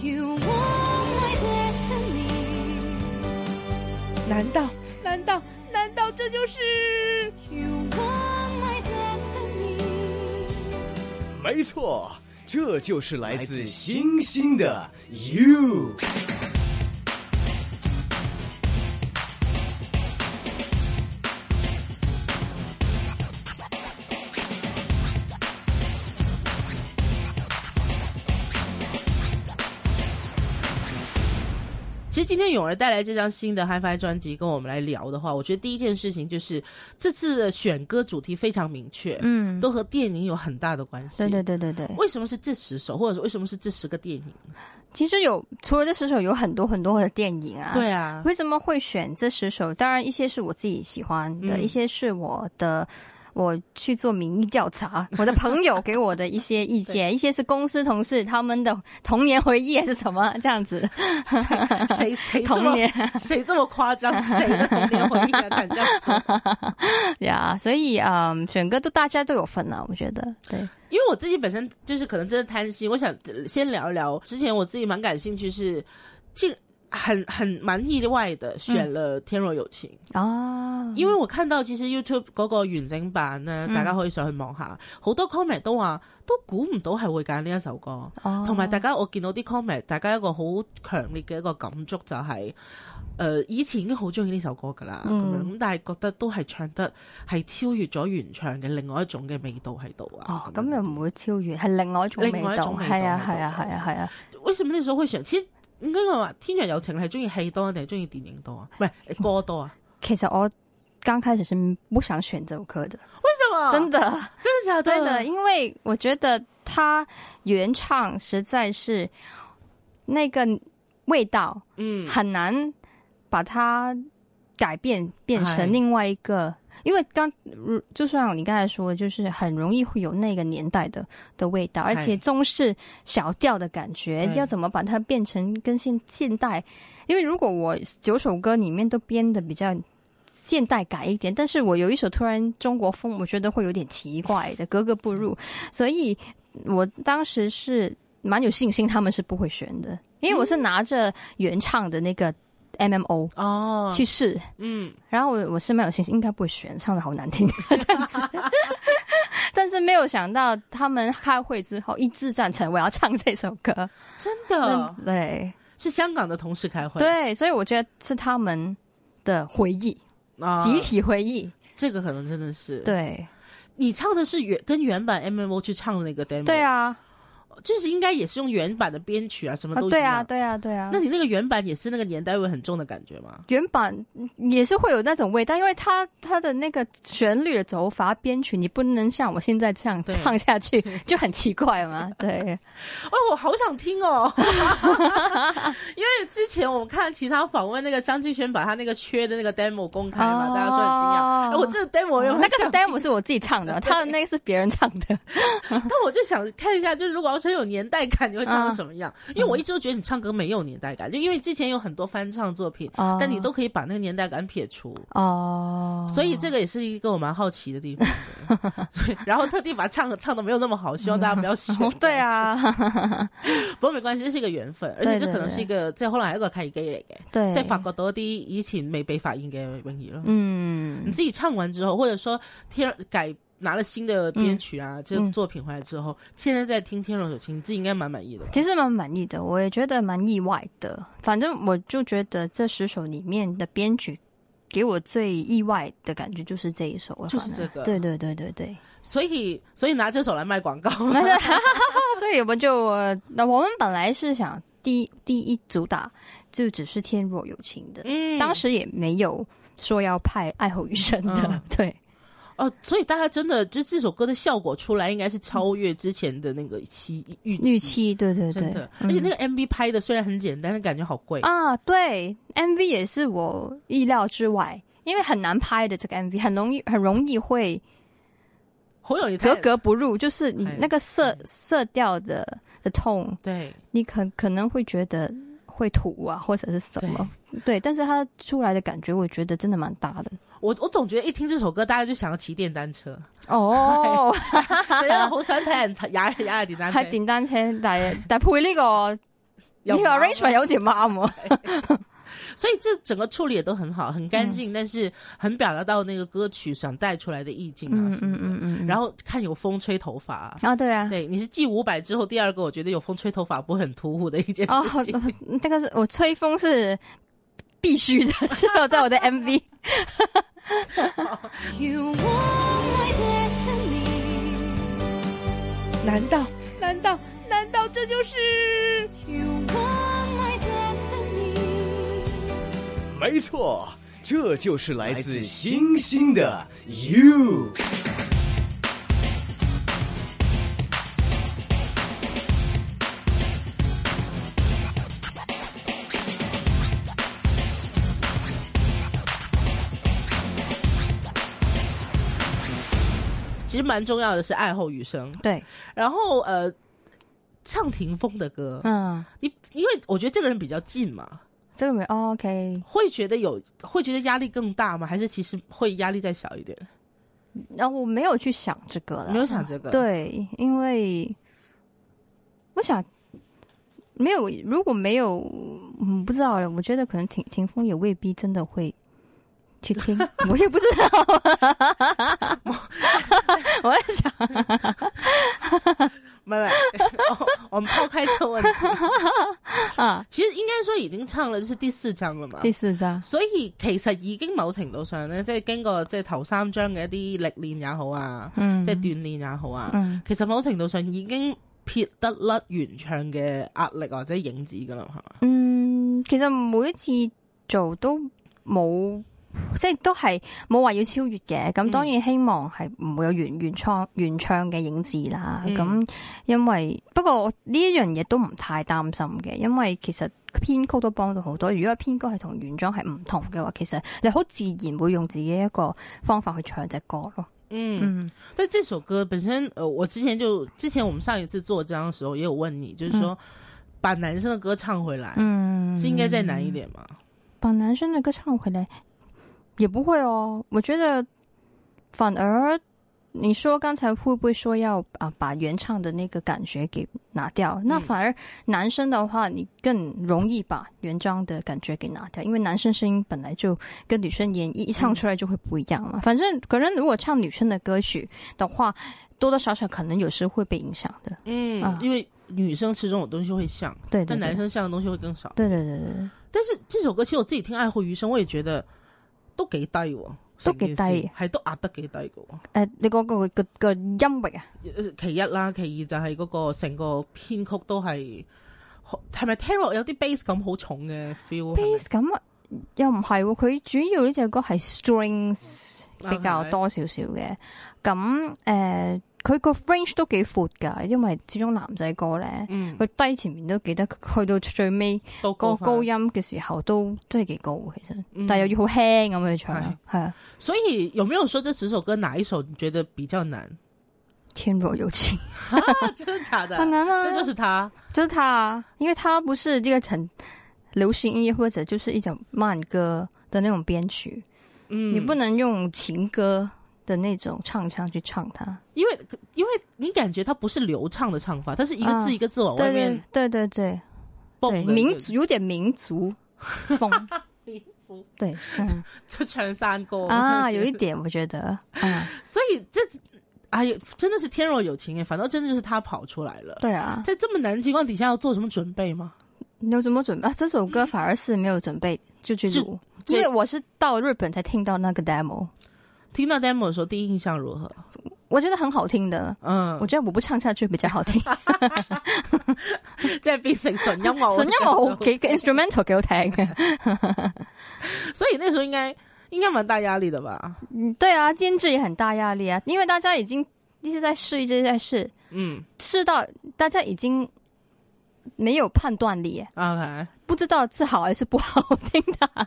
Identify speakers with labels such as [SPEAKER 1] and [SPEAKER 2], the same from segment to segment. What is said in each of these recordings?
[SPEAKER 1] You are my destiny.
[SPEAKER 2] 难道难道难道这就是？
[SPEAKER 1] You are my destiny.
[SPEAKER 3] 没错，这就是来自星星的 You。
[SPEAKER 4] 其实今天泳儿带来这张新的 HiFi 专辑，跟我们来聊的话，我觉得第一件事情就是这次的选歌主题非常明确，
[SPEAKER 5] 嗯，
[SPEAKER 4] 都和电影有很大的关系。
[SPEAKER 5] 对对。对对对。
[SPEAKER 4] 为什么是这十首，或者为什么是这十个电影？
[SPEAKER 5] 其实有除了这十首，有很多很多的电影啊。
[SPEAKER 4] 对 啊，
[SPEAKER 5] 为什么会选这十首？当然，一些是我自己喜欢的，
[SPEAKER 4] 嗯
[SPEAKER 5] 一些是我的。我去做民意 调查，我的朋友给我的一些意见，一些是公司同事他们的童年回忆还是什么这 样子，
[SPEAKER 4] 谁谁这么
[SPEAKER 5] 童年
[SPEAKER 4] 谁这么夸 张？谁的童年回忆敢敢这样说？
[SPEAKER 5] 呀所以嗯，整个都大家都有份啊，我觉得对，
[SPEAKER 4] 因为我自己本身就是可能真的贪心，我想呃先聊一聊。之前我自己蛮感兴趣是，竟很很蛮意外的选
[SPEAKER 5] 嗯
[SPEAKER 4] 了《天若有情》
[SPEAKER 5] 啊，
[SPEAKER 4] 因為我看到其實 YouTube 嗰個完整版咧，
[SPEAKER 5] 嗯
[SPEAKER 4] 大家可以上去望下，好多 comment 都話都估唔到係會揀呢一首歌，
[SPEAKER 5] 哦
[SPEAKER 4] 同埋、大家我見到啲 comment，大家一個好強烈嘅一個感觸就係、呃以前已經好中意呢首歌㗎啦，咁、
[SPEAKER 5] 嗯
[SPEAKER 4] 樣咁但係覺得都係唱得係超越咗原唱嘅另外一種嘅味道喺度啊。
[SPEAKER 5] 哦，
[SPEAKER 4] 樣
[SPEAKER 5] 咁又唔會超越，係另外一種味
[SPEAKER 4] 另外一
[SPEAKER 5] 道
[SPEAKER 4] 種，味道
[SPEAKER 5] 係啊
[SPEAKER 4] 喺度
[SPEAKER 5] 係啊係啊係啊，
[SPEAKER 4] 為什麼呢首會選？其實應該我話《天若有情》係中意戲多定係中意電影多 啊？唔係歌多啊？
[SPEAKER 5] 其實我剛開始是不想選這首歌的，
[SPEAKER 4] 為什麼？
[SPEAKER 5] 真的。
[SPEAKER 4] 真的假的？
[SPEAKER 5] 啊 对的，因为我觉得他原唱实在是那个味道
[SPEAKER 4] 嗯
[SPEAKER 5] 很难把它改变变
[SPEAKER 4] 哎
[SPEAKER 5] 成另外一个，因为刚如就像你刚才说，就是很容易会有那个年代的的味道，而且中式小调的感觉
[SPEAKER 4] 哎，
[SPEAKER 5] 要怎么把它变成跟现现代？因为如果我九首歌里面都编的比较。现代感一点，但是我有一首突然中国风，我觉得会有点奇怪的，格格不入。所以我当时是蛮有信心他们是不会选的，因为我是拿着原唱的那个 MMO
[SPEAKER 4] 哦，
[SPEAKER 5] 去试，
[SPEAKER 4] 嗯
[SPEAKER 5] 然后我我是蛮有信心应该不会选，唱的好 难听这样子， 但是没有想到他们开会之后一致赞成我要唱这首歌，
[SPEAKER 4] 真的
[SPEAKER 5] 嗯对
[SPEAKER 4] 是香港的同事哦开会，
[SPEAKER 5] 对，所以我觉得是他们的回忆，
[SPEAKER 4] 啊
[SPEAKER 5] 集体回忆，
[SPEAKER 4] 这个可能真的是。，
[SPEAKER 5] 对
[SPEAKER 4] 你唱的是原跟原版 M M O 去唱的那个 demo，
[SPEAKER 5] 对，啊，
[SPEAKER 4] 就是应该也是用原版的编曲啊，什么
[SPEAKER 5] 啊
[SPEAKER 4] 都一
[SPEAKER 5] 对
[SPEAKER 4] 样
[SPEAKER 5] 啊，。对啊，对啊，
[SPEAKER 4] 那你那个原版也是那个年代味很重的感觉吗？
[SPEAKER 5] 原版也是会有那种味道，因为它它的那个旋律的走法、编曲，你不能像我现在这样
[SPEAKER 4] 对
[SPEAKER 5] 唱下去，就很奇怪嘛。对，
[SPEAKER 4] 哦，我好想听哦， 因为之前我们看其他访问那个张敬轩把他那个缺的那个 demo 公开嘛，
[SPEAKER 5] 哦
[SPEAKER 4] 大家说很惊讶。 哎，我这个 demo 有
[SPEAKER 5] 那个是
[SPEAKER 4] 想
[SPEAKER 5] demo 是我自己唱 的，他的那个是别人唱的。
[SPEAKER 4] 但我就想看一下，就是如果要是有年代感，你会
[SPEAKER 5] 嗯
[SPEAKER 4] 唱成什么样？因为我一直都觉得你唱歌没有年代感，就因为之前有很多翻唱作品，
[SPEAKER 5] 哦
[SPEAKER 4] 但你都可以把那个年代感撇除，
[SPEAKER 5] 哦，
[SPEAKER 4] 所以这个也是一个我蛮好奇的地方的所以 然后特地把它唱唱的没有那么好，希望大家不要学。
[SPEAKER 5] 对，啊，
[SPEAKER 4] 不过没关系，这是一个缘分，而
[SPEAKER 5] 對
[SPEAKER 4] 且这
[SPEAKER 5] 對
[SPEAKER 4] 可能是一個即係可能係一個契機嚟嘅，
[SPEAKER 5] 对，
[SPEAKER 4] 即係發掘到一啲以前未被發現嘅泳兒咯。你
[SPEAKER 5] 嗯，
[SPEAKER 4] 自己唱完之後，或者說天改。拿了新的编曲啊，这个
[SPEAKER 5] 嗯
[SPEAKER 4] 作品回来之後，现在在听《天若有情》，你自己应该蛮满意的吧？
[SPEAKER 5] 其实蛮满意的，我也觉得蛮意外的。反正我就觉得这十首里面的编曲。给我最意外的感觉就是这一首了，
[SPEAKER 4] 就是
[SPEAKER 5] 反正
[SPEAKER 4] 这个
[SPEAKER 5] 对对对对对。
[SPEAKER 4] 所以所以拿这首来卖广告，
[SPEAKER 5] 所以我们就呃那我们本来是想第一第一主打就只是《天若有情》的，
[SPEAKER 4] 嗯
[SPEAKER 5] 当时也没有说要派《爱后余生》的，
[SPEAKER 4] 嗯
[SPEAKER 5] 对
[SPEAKER 4] 哦，所以大家真的就这首歌的效果出来，应该是超越之前的那个期预
[SPEAKER 5] 预。期，对对对
[SPEAKER 4] 真的，，
[SPEAKER 5] 嗯
[SPEAKER 4] 而且那个 MV 拍的虽然很简单，但感觉好贵。
[SPEAKER 5] 啊，对 MV 也是我意料之外，因为很难拍的这个 MV，很容易很容易会
[SPEAKER 4] 侯友你
[SPEAKER 5] 格格不入，就是你
[SPEAKER 4] 哎
[SPEAKER 5] 那个色色调的的 tone，
[SPEAKER 4] 对，
[SPEAKER 5] 你可可能会觉得。会土啊，或者是什么？对，但是它出来的感觉，我觉得真的蛮大的。
[SPEAKER 4] 我我总觉得一听这首歌，大家就想要骑电单车，
[SPEAKER 5] 哦，
[SPEAKER 4] 大家好想睇人踩踩踩踩電單
[SPEAKER 5] 係
[SPEAKER 4] 車。
[SPEAKER 5] 電單車，但係但係配呢個呢
[SPEAKER 4] 有
[SPEAKER 5] 個 arrangement 有似啊啱喎。
[SPEAKER 4] 所以这整个处理也都很好，很干净，但是很表达到那个歌曲想带出来的意境啊
[SPEAKER 5] 嗯
[SPEAKER 4] 什么
[SPEAKER 5] 嗯
[SPEAKER 4] 的。
[SPEAKER 5] 嗯嗯，
[SPEAKER 4] 然后看有风吹头发啊、
[SPEAKER 5] 啊，对啊，
[SPEAKER 4] 对，你是继五百之后第二个，我觉得有风吹头发不会很突兀的一件
[SPEAKER 5] 哦
[SPEAKER 4] 事情。，
[SPEAKER 5] 那个是我吹风是必须的，是有在我的 MV。
[SPEAKER 1] You were my destiny.
[SPEAKER 2] 难道难道难道这就是？
[SPEAKER 1] You were my destiny.
[SPEAKER 3] 没错，这就是来自星星的 You。
[SPEAKER 4] 其实蛮重要的是爱后余生，
[SPEAKER 5] 对，
[SPEAKER 4] 然后呃，唱霆锋的歌，
[SPEAKER 5] 嗯，
[SPEAKER 4] 你因为我觉得这个人比较近嘛，
[SPEAKER 5] 这个没、哦、OK。
[SPEAKER 4] 会觉得有会觉得压力更大吗？还是其实会压力再小一点？
[SPEAKER 5] 然啊后我没有去想这个了，
[SPEAKER 4] 没有想这个，，
[SPEAKER 5] 啊对，因为我想没有，如果没有，嗯，不知道，我觉得可能霆霆锋也未必真的会去 听，我也不知道。 我在想，
[SPEAKER 4] 没没，哦 我们抛开这个问题
[SPEAKER 5] 啊，
[SPEAKER 4] 其实应该说已经唱了是第四章了嘛。
[SPEAKER 5] 第四章，
[SPEAKER 4] 所以其實已經某程度上咧，即係經過即係頭三章嘅一啲歷練也好啊，
[SPEAKER 5] 嗯，
[SPEAKER 4] 即係鍛鍊也好啊，
[SPEAKER 5] 嗯，
[SPEAKER 4] 其實某程度上已經撇得甩原唱嘅壓力或者影子噶啦，係嘛？
[SPEAKER 5] 嗯，其實每一次做都冇。即係都係冇話要超越嘅，
[SPEAKER 4] 嗯
[SPEAKER 5] 咁當然希望係唔會有原原創原唱嘅影子啦。
[SPEAKER 4] 嗯
[SPEAKER 5] 咁、因為不過我呢一樣嘢都唔太擔心嘅，因為其實編曲都幫到好多。如果編曲係同原裝係唔同嘅話，其實你好自然會用自己一個方法去唱只歌咯。
[SPEAKER 4] 嗯，
[SPEAKER 5] 嗯
[SPEAKER 4] 但這首歌本身，呃，我之前就之前我們上一次做這樣的時候也有問你，就是說、把男生的歌唱回來、
[SPEAKER 5] 嗯
[SPEAKER 4] 是應該再難一點嘛？
[SPEAKER 5] 把男生的歌唱回来，也不会哦。我觉得反而你说刚才会不会说要啊把原唱的那个感觉给拿掉？那
[SPEAKER 4] 嗯
[SPEAKER 5] 反而男生的话，你更容易把原唱的感觉给拿掉，因为男生声音本来就跟女生演绎一
[SPEAKER 4] 嗯
[SPEAKER 5] 唱出来就会不一样嘛。反正可能如果唱女生的歌曲的话，多多少少可能有时会被影响的。
[SPEAKER 4] 嗯，
[SPEAKER 5] 啊
[SPEAKER 4] 因為女生吃这種東西會像，
[SPEAKER 5] 对对
[SPEAKER 4] 但男
[SPEAKER 5] 对，
[SPEAKER 4] 生像的東西會更少。
[SPEAKER 5] 对对对对对，
[SPEAKER 4] 但是這首歌其實我自己聽《愛護餘生》，我也覺得都幾低喎，
[SPEAKER 5] 都幾低
[SPEAKER 4] 成件事係都壓得幾低嘅喎。
[SPEAKER 5] 诶、哎你嗰、個个、個个音域啊，
[SPEAKER 4] 呃其一啦，其二就係嗰個成個編曲都係好，係咪聽落有啲 bass 感好重嘅 feel？係咪
[SPEAKER 5] bass 咁啊又唔係喎，佢主要呢只歌係 strings
[SPEAKER 4] 啊
[SPEAKER 5] 比較多少少嘅，咁诶佢個 range 都幾闊㗎，因為始終男仔歌咧，
[SPEAKER 4] 嗯，
[SPEAKER 5] 佢低前面都記得，去到最尾
[SPEAKER 4] 都
[SPEAKER 5] 個
[SPEAKER 4] 高翻
[SPEAKER 5] 高音嘅時候都真係幾高嘅其實，
[SPEAKER 4] 嗯
[SPEAKER 5] 但係又要好輕咁去唱，
[SPEAKER 4] 係
[SPEAKER 5] 係啊，
[SPEAKER 4] 所以有沒有說這十首歌哪一首你覺得比較難？
[SPEAKER 5] 天若有情，
[SPEAKER 4] 啊真的假的？
[SPEAKER 5] 很難啊，
[SPEAKER 4] 這就是他。
[SPEAKER 5] 就是他啊，因为他不是这个很流行音乐或者就是一种慢歌的那种编曲，
[SPEAKER 4] 嗯，
[SPEAKER 5] 你不能用情歌的那种唱腔去唱它。
[SPEAKER 4] 因為因為你感覺它不是流暢的唱法，它是一个
[SPEAKER 5] 啊
[SPEAKER 4] 字一個字哦往外
[SPEAKER 5] 对对
[SPEAKER 4] 面
[SPEAKER 5] 对对对
[SPEAKER 4] 蹦
[SPEAKER 5] 对，
[SPEAKER 4] 的
[SPEAKER 5] 民族有点民族风，
[SPEAKER 4] 民族
[SPEAKER 5] 对，嗯
[SPEAKER 4] 就唱山歌
[SPEAKER 5] 啊，有一点我觉得，嗯，
[SPEAKER 4] 所以这，哎呀，真的是天若有情哎，反倒真的就是他跑出来了。
[SPEAKER 5] 对啊，
[SPEAKER 4] 在这么难的情况底下，要做什么准备吗？
[SPEAKER 5] 你有什么准备？啊这首歌反而是没有准备就去录，
[SPEAKER 4] 就
[SPEAKER 5] 因为我是到日本才听到那个 demo，
[SPEAKER 4] 听到 demo 的时候，第一印象如何？
[SPEAKER 5] 我觉得很好听的，
[SPEAKER 4] 嗯
[SPEAKER 5] 我，觉得我不唱下去比较好听。
[SPEAKER 4] 即系变成纯 音乐，
[SPEAKER 5] 純音樂好幾 instrumental 幾好聽嘅，
[SPEAKER 4] 所以那时候应该应该蛮大压力的吧？
[SPEAKER 5] 嗯对啊，监制也很大压力啊，因为大家已经一直在试，一直在试，
[SPEAKER 4] 嗯
[SPEAKER 5] 试到大家已经没有判断力，
[SPEAKER 4] ，OK，
[SPEAKER 5] 不知道是好还是不好听的，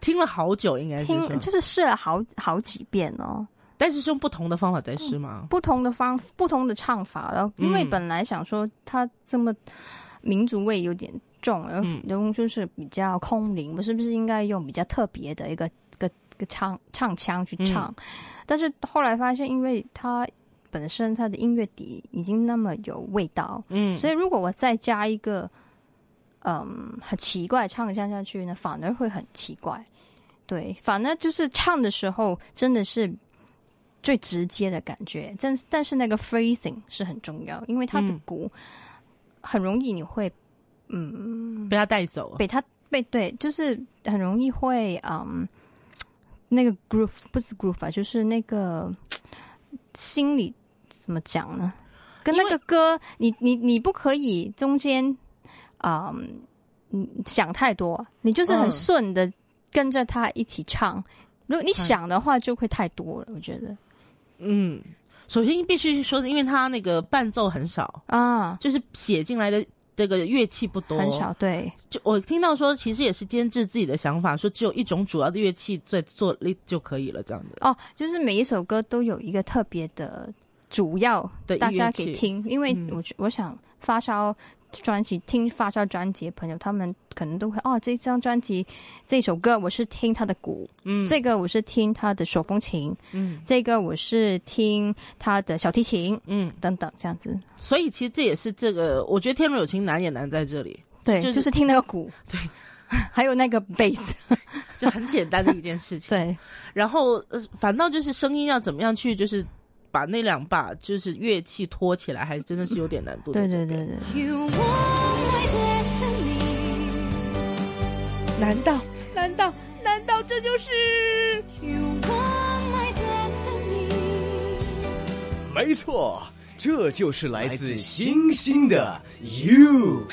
[SPEAKER 4] 听了好久，应该是说
[SPEAKER 5] 听就是试了好好几遍哦，
[SPEAKER 4] 但是是用不同的方法在试吗？
[SPEAKER 5] 不同的方不同的唱法了，因为
[SPEAKER 4] 啊嗯
[SPEAKER 5] 本来想说他这么民族味有点重，然后
[SPEAKER 4] 嗯
[SPEAKER 5] 然后就是比较空灵，我是不是应该用比较特别的一个个个唱唱腔去唱？
[SPEAKER 4] 嗯
[SPEAKER 5] 但是后来发现，因为他本身他的音乐底已经那么有味道，
[SPEAKER 4] 嗯，
[SPEAKER 5] 所以如果我再加一个嗯很奇怪，唱下下去呢，反而会很奇怪。对，反而就是唱的时候真的是最直接的感觉，但但是那个 phrasing 是很重要，因为它的
[SPEAKER 4] 嗯
[SPEAKER 5] 鼓很容易你会嗯
[SPEAKER 4] 被他带走啊，
[SPEAKER 5] 被他被对，就是很容易会嗯，那个 groove 不是 groove 吧，就是那个心里怎么讲呢？跟那
[SPEAKER 4] 因为
[SPEAKER 5] 个歌，你你你不可以中间嗯你想太多，你就是很
[SPEAKER 4] 嗯
[SPEAKER 5] 顺的跟着他一起唱。如果你想的话，就会太多了，我觉得
[SPEAKER 4] 嗯，首先必须说，因为他那个伴奏很少，
[SPEAKER 5] 啊，
[SPEAKER 4] 就是写进来的这个乐器不多，
[SPEAKER 5] 很少对，
[SPEAKER 4] 就我听到说，其实也是监制自己的想法，说只有一种主要的乐器在做力就可以了，这样子
[SPEAKER 5] 哦，就是每一首歌都有一个特别的主要
[SPEAKER 4] 的
[SPEAKER 5] 大家
[SPEAKER 4] 乐器。
[SPEAKER 5] 给听，因为
[SPEAKER 4] 嗯
[SPEAKER 5] 我觉我想发烧专辑听发烧专辑的朋友，他们可能都会哦，这张专辑这首歌我是听他的鼓，
[SPEAKER 4] 嗯，
[SPEAKER 5] 这个我是听他的手风琴，
[SPEAKER 4] 嗯
[SPEAKER 5] 这个我是听他的小提琴
[SPEAKER 4] 嗯，
[SPEAKER 5] 等等这样子。
[SPEAKER 4] 所以其实这也是这个，我觉得《天若有情》难也难在这里，
[SPEAKER 5] 对，
[SPEAKER 4] 就
[SPEAKER 5] 就是是、听那个鼓，
[SPEAKER 4] 对，
[SPEAKER 5] 还有那个 bass，
[SPEAKER 4] 就很简单的一件 事情。
[SPEAKER 5] 对，
[SPEAKER 4] 然后呃，反倒就是声音要怎么样去，就是把那两把就是乐器拖起来，还是真的是有点难度的。
[SPEAKER 5] 对对对对，
[SPEAKER 1] You won my destiny.
[SPEAKER 2] 难道难道难道这就是？
[SPEAKER 1] You won my destiny.
[SPEAKER 3] 没错，这就是来自星星的 you。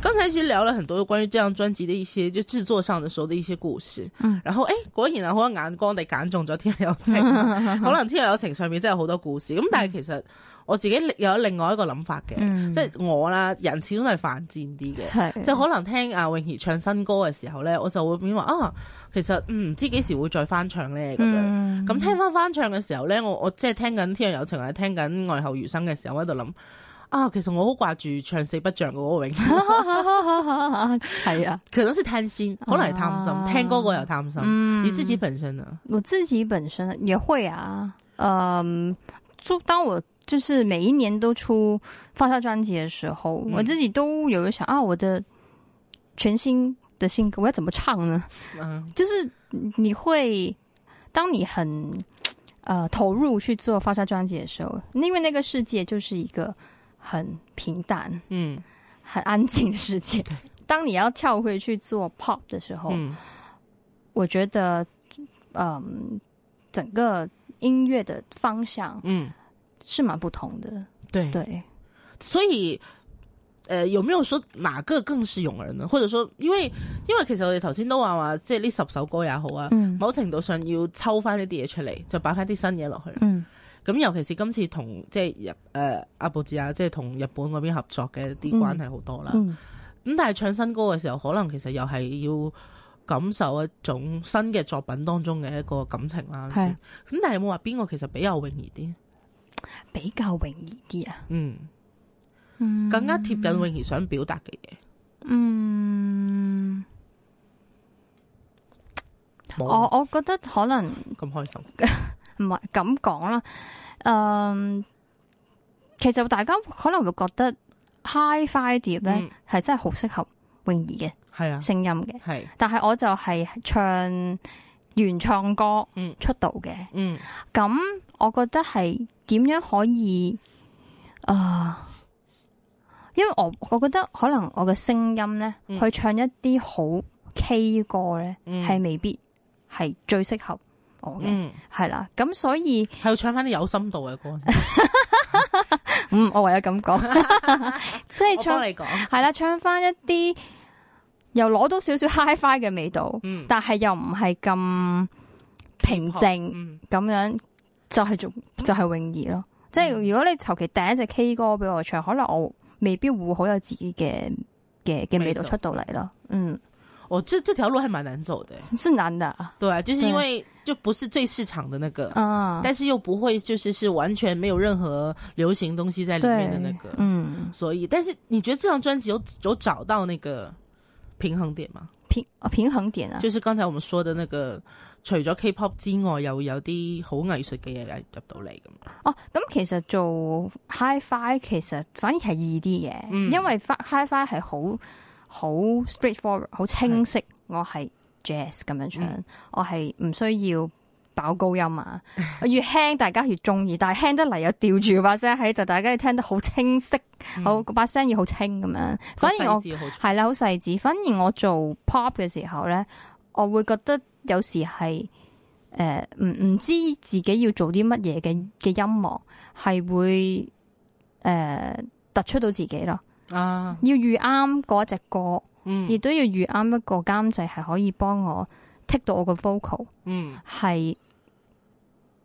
[SPEAKER 4] 刚才其实聊了很多关于这张专辑的一些就制作上的时候的一些故事，
[SPEAKER 5] 嗯
[SPEAKER 4] 然後誒果然啊，好多眼光地揀 中咗《天若有情》，可能《天若有情》上面真係好多故事，咁但係其實我自己有另外一個諗法嘅，
[SPEAKER 5] 嗯
[SPEAKER 4] 即係我啦，人始終都係犯賤啲嘅。
[SPEAKER 5] 係
[SPEAKER 4] 即係可能聽阿泳兒唱新歌嘅時候咧，我就會變話啊，其實嗯唔知幾時會再翻唱咧咁樣。
[SPEAKER 5] 嗯
[SPEAKER 4] 咁、聽翻翻唱嘅時候咧，我我即係聽緊《天若有情》或者聽緊《愛後餘生》嘅時候，我喺度諗啊，其實我好掛住唱四不像嘅嗰個泳兒，
[SPEAKER 5] 係啊，
[SPEAKER 4] 可能是貪心，可能係貪心，
[SPEAKER 5] 啊
[SPEAKER 4] 聽歌嗰個又貪心，
[SPEAKER 5] 嗯
[SPEAKER 4] 你自己本身呢？
[SPEAKER 5] 我自己本身也会啊，嗯，就当我就是每一年都出发烧专辑的时候，
[SPEAKER 4] 嗯
[SPEAKER 5] 我自己都有想啊，我的全新的新歌我要怎么唱呢？
[SPEAKER 4] 嗯
[SPEAKER 5] 就是你会，当你很呃投入去做发烧专辑的时候，因为那个世界就是一个很平淡、
[SPEAKER 4] 嗯
[SPEAKER 5] 很安静的世界。当你要跳回去做 pop 的时候，
[SPEAKER 4] 嗯
[SPEAKER 5] 我觉得，嗯，整个音乐的方向
[SPEAKER 4] 嗯，
[SPEAKER 5] 是蛮不同的。
[SPEAKER 4] 对，
[SPEAKER 5] 对，
[SPEAKER 4] 所以。誒、有沒有說哪個更是勇人呢？或者說，因為因為其實我哋頭先都話話，即係呢十首歌也好啊，
[SPEAKER 5] 嗯
[SPEAKER 4] 某程度上要抽翻一啲嘢出嚟，就擺翻啲新嘢落去。
[SPEAKER 5] 嗯
[SPEAKER 4] 咁尤其是今次同即係日誒阿布治啊，即係同日本嗰邊合作嘅一啲關係好多啦。咁、
[SPEAKER 5] 嗯，
[SPEAKER 4] 但係唱新歌嘅時候，可能其實又係要感受一種新嘅作品當中嘅一個感情啦。
[SPEAKER 5] 係
[SPEAKER 4] 咁，但係有冇話邊個其實比較泳兒啲？
[SPEAKER 5] 比較泳兒啲啊。
[SPEAKER 4] 嗯，
[SPEAKER 5] 嗯
[SPEAKER 4] 更加貼近泳兒想表達嘅嘢。
[SPEAKER 5] 嗯，
[SPEAKER 4] 冇
[SPEAKER 5] 我
[SPEAKER 4] 啊
[SPEAKER 5] 我覺得可能
[SPEAKER 4] 咁開心。
[SPEAKER 5] 唔係咁講啦。嗯，其實大家可能會覺得 high five 碟咧
[SPEAKER 4] 嗯
[SPEAKER 5] 係真係好適合泳兒嘅
[SPEAKER 4] 係啊，
[SPEAKER 5] 聲音嘅，
[SPEAKER 4] 係，
[SPEAKER 5] 但係我就係唱原唱歌
[SPEAKER 4] 嗯
[SPEAKER 5] 出道嘅。
[SPEAKER 4] 嗯
[SPEAKER 5] 咁我覺得係點樣可以啊、因為我我覺得可能我嘅聲音咧，
[SPEAKER 4] 嗯
[SPEAKER 5] 去唱一啲好 K 歌咧，
[SPEAKER 4] 嗯
[SPEAKER 5] 係、未必係最適合我嘅，
[SPEAKER 4] 嗯，
[SPEAKER 5] 係啦、咁所以
[SPEAKER 4] 係要唱翻啲有深度嘅歌先。
[SPEAKER 5] 嗯，我唯有 咁講，所
[SPEAKER 4] 我
[SPEAKER 5] 以 唱
[SPEAKER 4] 幫你講，
[SPEAKER 5] 係啦，唱翻一啲又攞到少少 HiFi 嘅味道，
[SPEAKER 4] 嗯，
[SPEAKER 5] 但係又唔係咁平靜。
[SPEAKER 4] 嗯
[SPEAKER 5] 咁樣就係做就係泳兒咯。即係
[SPEAKER 4] 嗯
[SPEAKER 5] 如果你求其第一隻 K 歌俾我唱，可能我未必會好有自己嘅嘅嘅味道
[SPEAKER 4] 味道
[SPEAKER 5] 出到嚟咯。嗯
[SPEAKER 4] 哦，这这条路还蛮难走的欸。
[SPEAKER 5] 是难的啊
[SPEAKER 4] 对啊，就是
[SPEAKER 5] 对
[SPEAKER 4] 因为就不是最市场的那个，
[SPEAKER 5] 啊，
[SPEAKER 4] 但是又不会就是是完全没有任何流行东西在里
[SPEAKER 5] 对
[SPEAKER 4] 面的那个。
[SPEAKER 5] 嗯，
[SPEAKER 4] 所以，但是你觉得这张专辑有有找到那个平衡点吗？
[SPEAKER 5] 平哦平衡点啊，
[SPEAKER 4] 就是剛才我們說嘅那個，除咗 K-pop 之外，又有啲好藝術嘅嘢入到嚟咁。
[SPEAKER 5] 哦，咁其實做 HiFi 其實反而係易啲嘅，
[SPEAKER 4] 嗯
[SPEAKER 5] 因為 HiFi 係好好 straightforward，好清晰。我係 jazz 咁樣唱，
[SPEAKER 4] 嗯
[SPEAKER 5] 我係唔需要爆高音啊。 我越輕大家越中意，但係輕得嚟又吊住把聲喺度，大家要聽得好清晰，
[SPEAKER 4] 嗯
[SPEAKER 5] 好把聲要好清咁樣。反而我
[SPEAKER 4] 個細緻好
[SPEAKER 5] 係啦，好細緻。反而我做 pop 嘅時候咧，我會覺得有時係诶唔唔知自己要做啲乜嘢嘅嘅音樂，係會诶、呃突出到自己咯。
[SPEAKER 4] 啊，
[SPEAKER 5] 要預啱嗰只歌，
[SPEAKER 4] 嗯
[SPEAKER 5] 亦都要預啱一個監製係可以幫我剔到我個 vocal
[SPEAKER 4] 嗯，
[SPEAKER 5] 係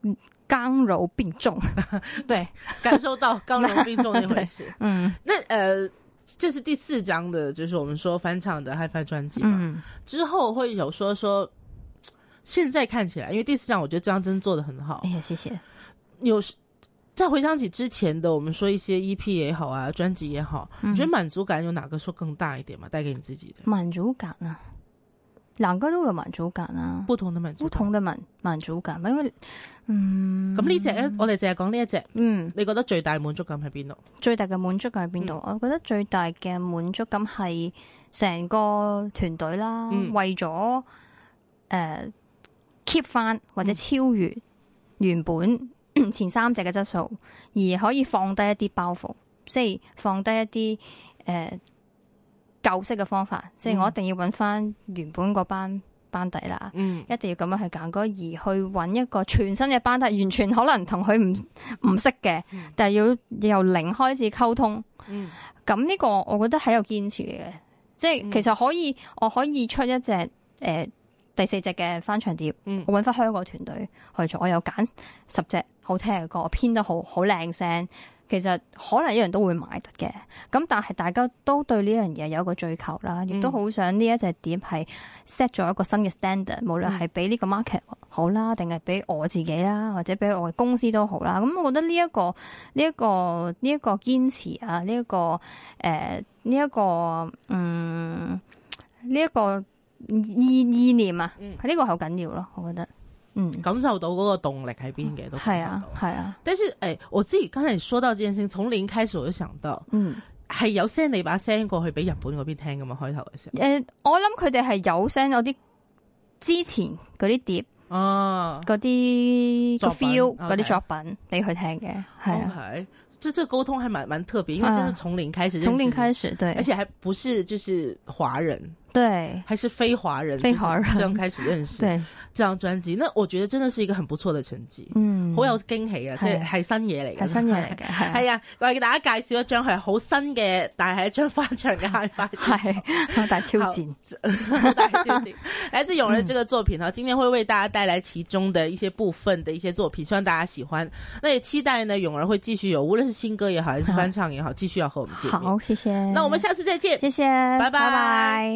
[SPEAKER 5] 嗯剛柔並重。 對，
[SPEAKER 4] 感受 到刚柔并重那回事。
[SPEAKER 5] 嗯
[SPEAKER 4] 那呃，这是第四张的，就是我们说翻唱的 HiFi 专辑嘛。
[SPEAKER 5] 嗯
[SPEAKER 4] 之后会有说说，现在看起来，因为第四张我觉得这张真做的很好
[SPEAKER 5] 哎，呀，謝謝。
[SPEAKER 4] 有时再回想起之前的，我们说一些 EP 也好啊，专辑也好，
[SPEAKER 5] 嗯
[SPEAKER 4] 你觉得满足感有哪个说更大一点吗？带给你自己的
[SPEAKER 5] 滿足感啊，難歌都有滿足感啊。
[SPEAKER 4] 不同的满足
[SPEAKER 5] 不
[SPEAKER 4] 感。
[SPEAKER 5] 同的满满足感，因为
[SPEAKER 4] 咁呢只咧，我哋净系讲呢一只，
[SPEAKER 5] 嗯
[SPEAKER 4] 你觉得最大满足感喺边度？
[SPEAKER 5] 最大嘅滿足感喺邊度？我覺得最大嘅滿足感係成個團隊啦，
[SPEAKER 4] 嗯
[SPEAKER 5] 為咗诶 keep 翻或者超越原本 前三隻嘅質素，而可以放低一啲包袱，即係放低一啲诶舊式嘅方法，即係我一定要揾翻原本嗰班班底啦。
[SPEAKER 4] 嗯
[SPEAKER 5] 一定要咁樣去揀歌，而去揾一個全新嘅班底，完全可能同佢唔唔識嘅，但係要由零開始溝通。
[SPEAKER 4] 嗯
[SPEAKER 5] 咁呢個我覺得係有堅持嘅，即
[SPEAKER 4] 嗯
[SPEAKER 5] 係其實可以，我可以出一隻誒、呃第四隻嘅翻唱碟，
[SPEAKER 4] 嗯
[SPEAKER 5] 我揾翻香港團隊去做，我又揀十隻好聽嘅歌，我編得好好靚聲。其實可能一樣都會買得嘅，咁但係大家都對呢樣嘢有一個追求啦，亦都
[SPEAKER 4] 嗯
[SPEAKER 5] 好想呢一隻碟係 set 咗一個新嘅 standard，無論
[SPEAKER 4] 嗯
[SPEAKER 5] 係俾呢個 market 好啦，定係俾我自己啦，或者俾我嘅公司都好啦。咁我覺得呢、一個呢一、個呢一、個堅持啊，呢、一個誒呢一個嗯呢一、個意意念啊，
[SPEAKER 4] 嗯
[SPEAKER 5] 呢、個好緊要咯，我覺得嗯
[SPEAKER 4] 感受到嗰個動力喺邊嘅都
[SPEAKER 5] 係
[SPEAKER 4] 感受
[SPEAKER 5] 啊
[SPEAKER 4] 到
[SPEAKER 5] 係啊
[SPEAKER 4] 但是誒、哎我自己剛才說到這件事情，從零開始我就想到
[SPEAKER 5] 嗯。
[SPEAKER 4] 係有 send 你把聲過去俾日本嗰邊聽噶嘛，開頭嘅時候。
[SPEAKER 5] 诶、呃我諗佢哋係有 send 咗啲之前嗰啲碟、
[SPEAKER 4] 哦
[SPEAKER 5] 嗰啲個
[SPEAKER 4] 作品哦啊
[SPEAKER 5] feel、
[SPEAKER 4] OK
[SPEAKER 5] 嗰啲作品俾佢聽嘅，係啊，
[SPEAKER 4] ，OK，這這溝通還蠻蠻特別，因為
[SPEAKER 5] 嗯
[SPEAKER 4] 真是從零開始，
[SPEAKER 5] 從零開，始，對
[SPEAKER 4] 而，且還不是就是華人，
[SPEAKER 5] 對，
[SPEAKER 4] 還是非華人，
[SPEAKER 5] 非華人
[SPEAKER 4] 就是這樣開始認識
[SPEAKER 5] 對，
[SPEAKER 4] 這張專輯。那我覺得真的是一個很不錯的成績，
[SPEAKER 5] 嗯，
[SPEAKER 4] 好有驚喜啊！即係
[SPEAKER 5] 係
[SPEAKER 4] 係新嘢嚟嘅，
[SPEAKER 5] 係新嘢嚟嘅，係
[SPEAKER 4] 係啊，我係大家介紹一張係好新嘅，但係一張翻唱嘅 HiFi，
[SPEAKER 5] 啊，係 好大挑戰，
[SPEAKER 4] 来自己来自永仁这个作品呢，啊今天会为大家带来其中的一些部分的一些作品，希望大家喜欢。那也期待呢，永仁会继续有，无论是新歌也好，还是翻唱也好，继续要和我们见面。
[SPEAKER 5] 好，謝謝。
[SPEAKER 4] 那我们下次再见。
[SPEAKER 5] 謝謝，
[SPEAKER 4] 拜拜
[SPEAKER 5] 拜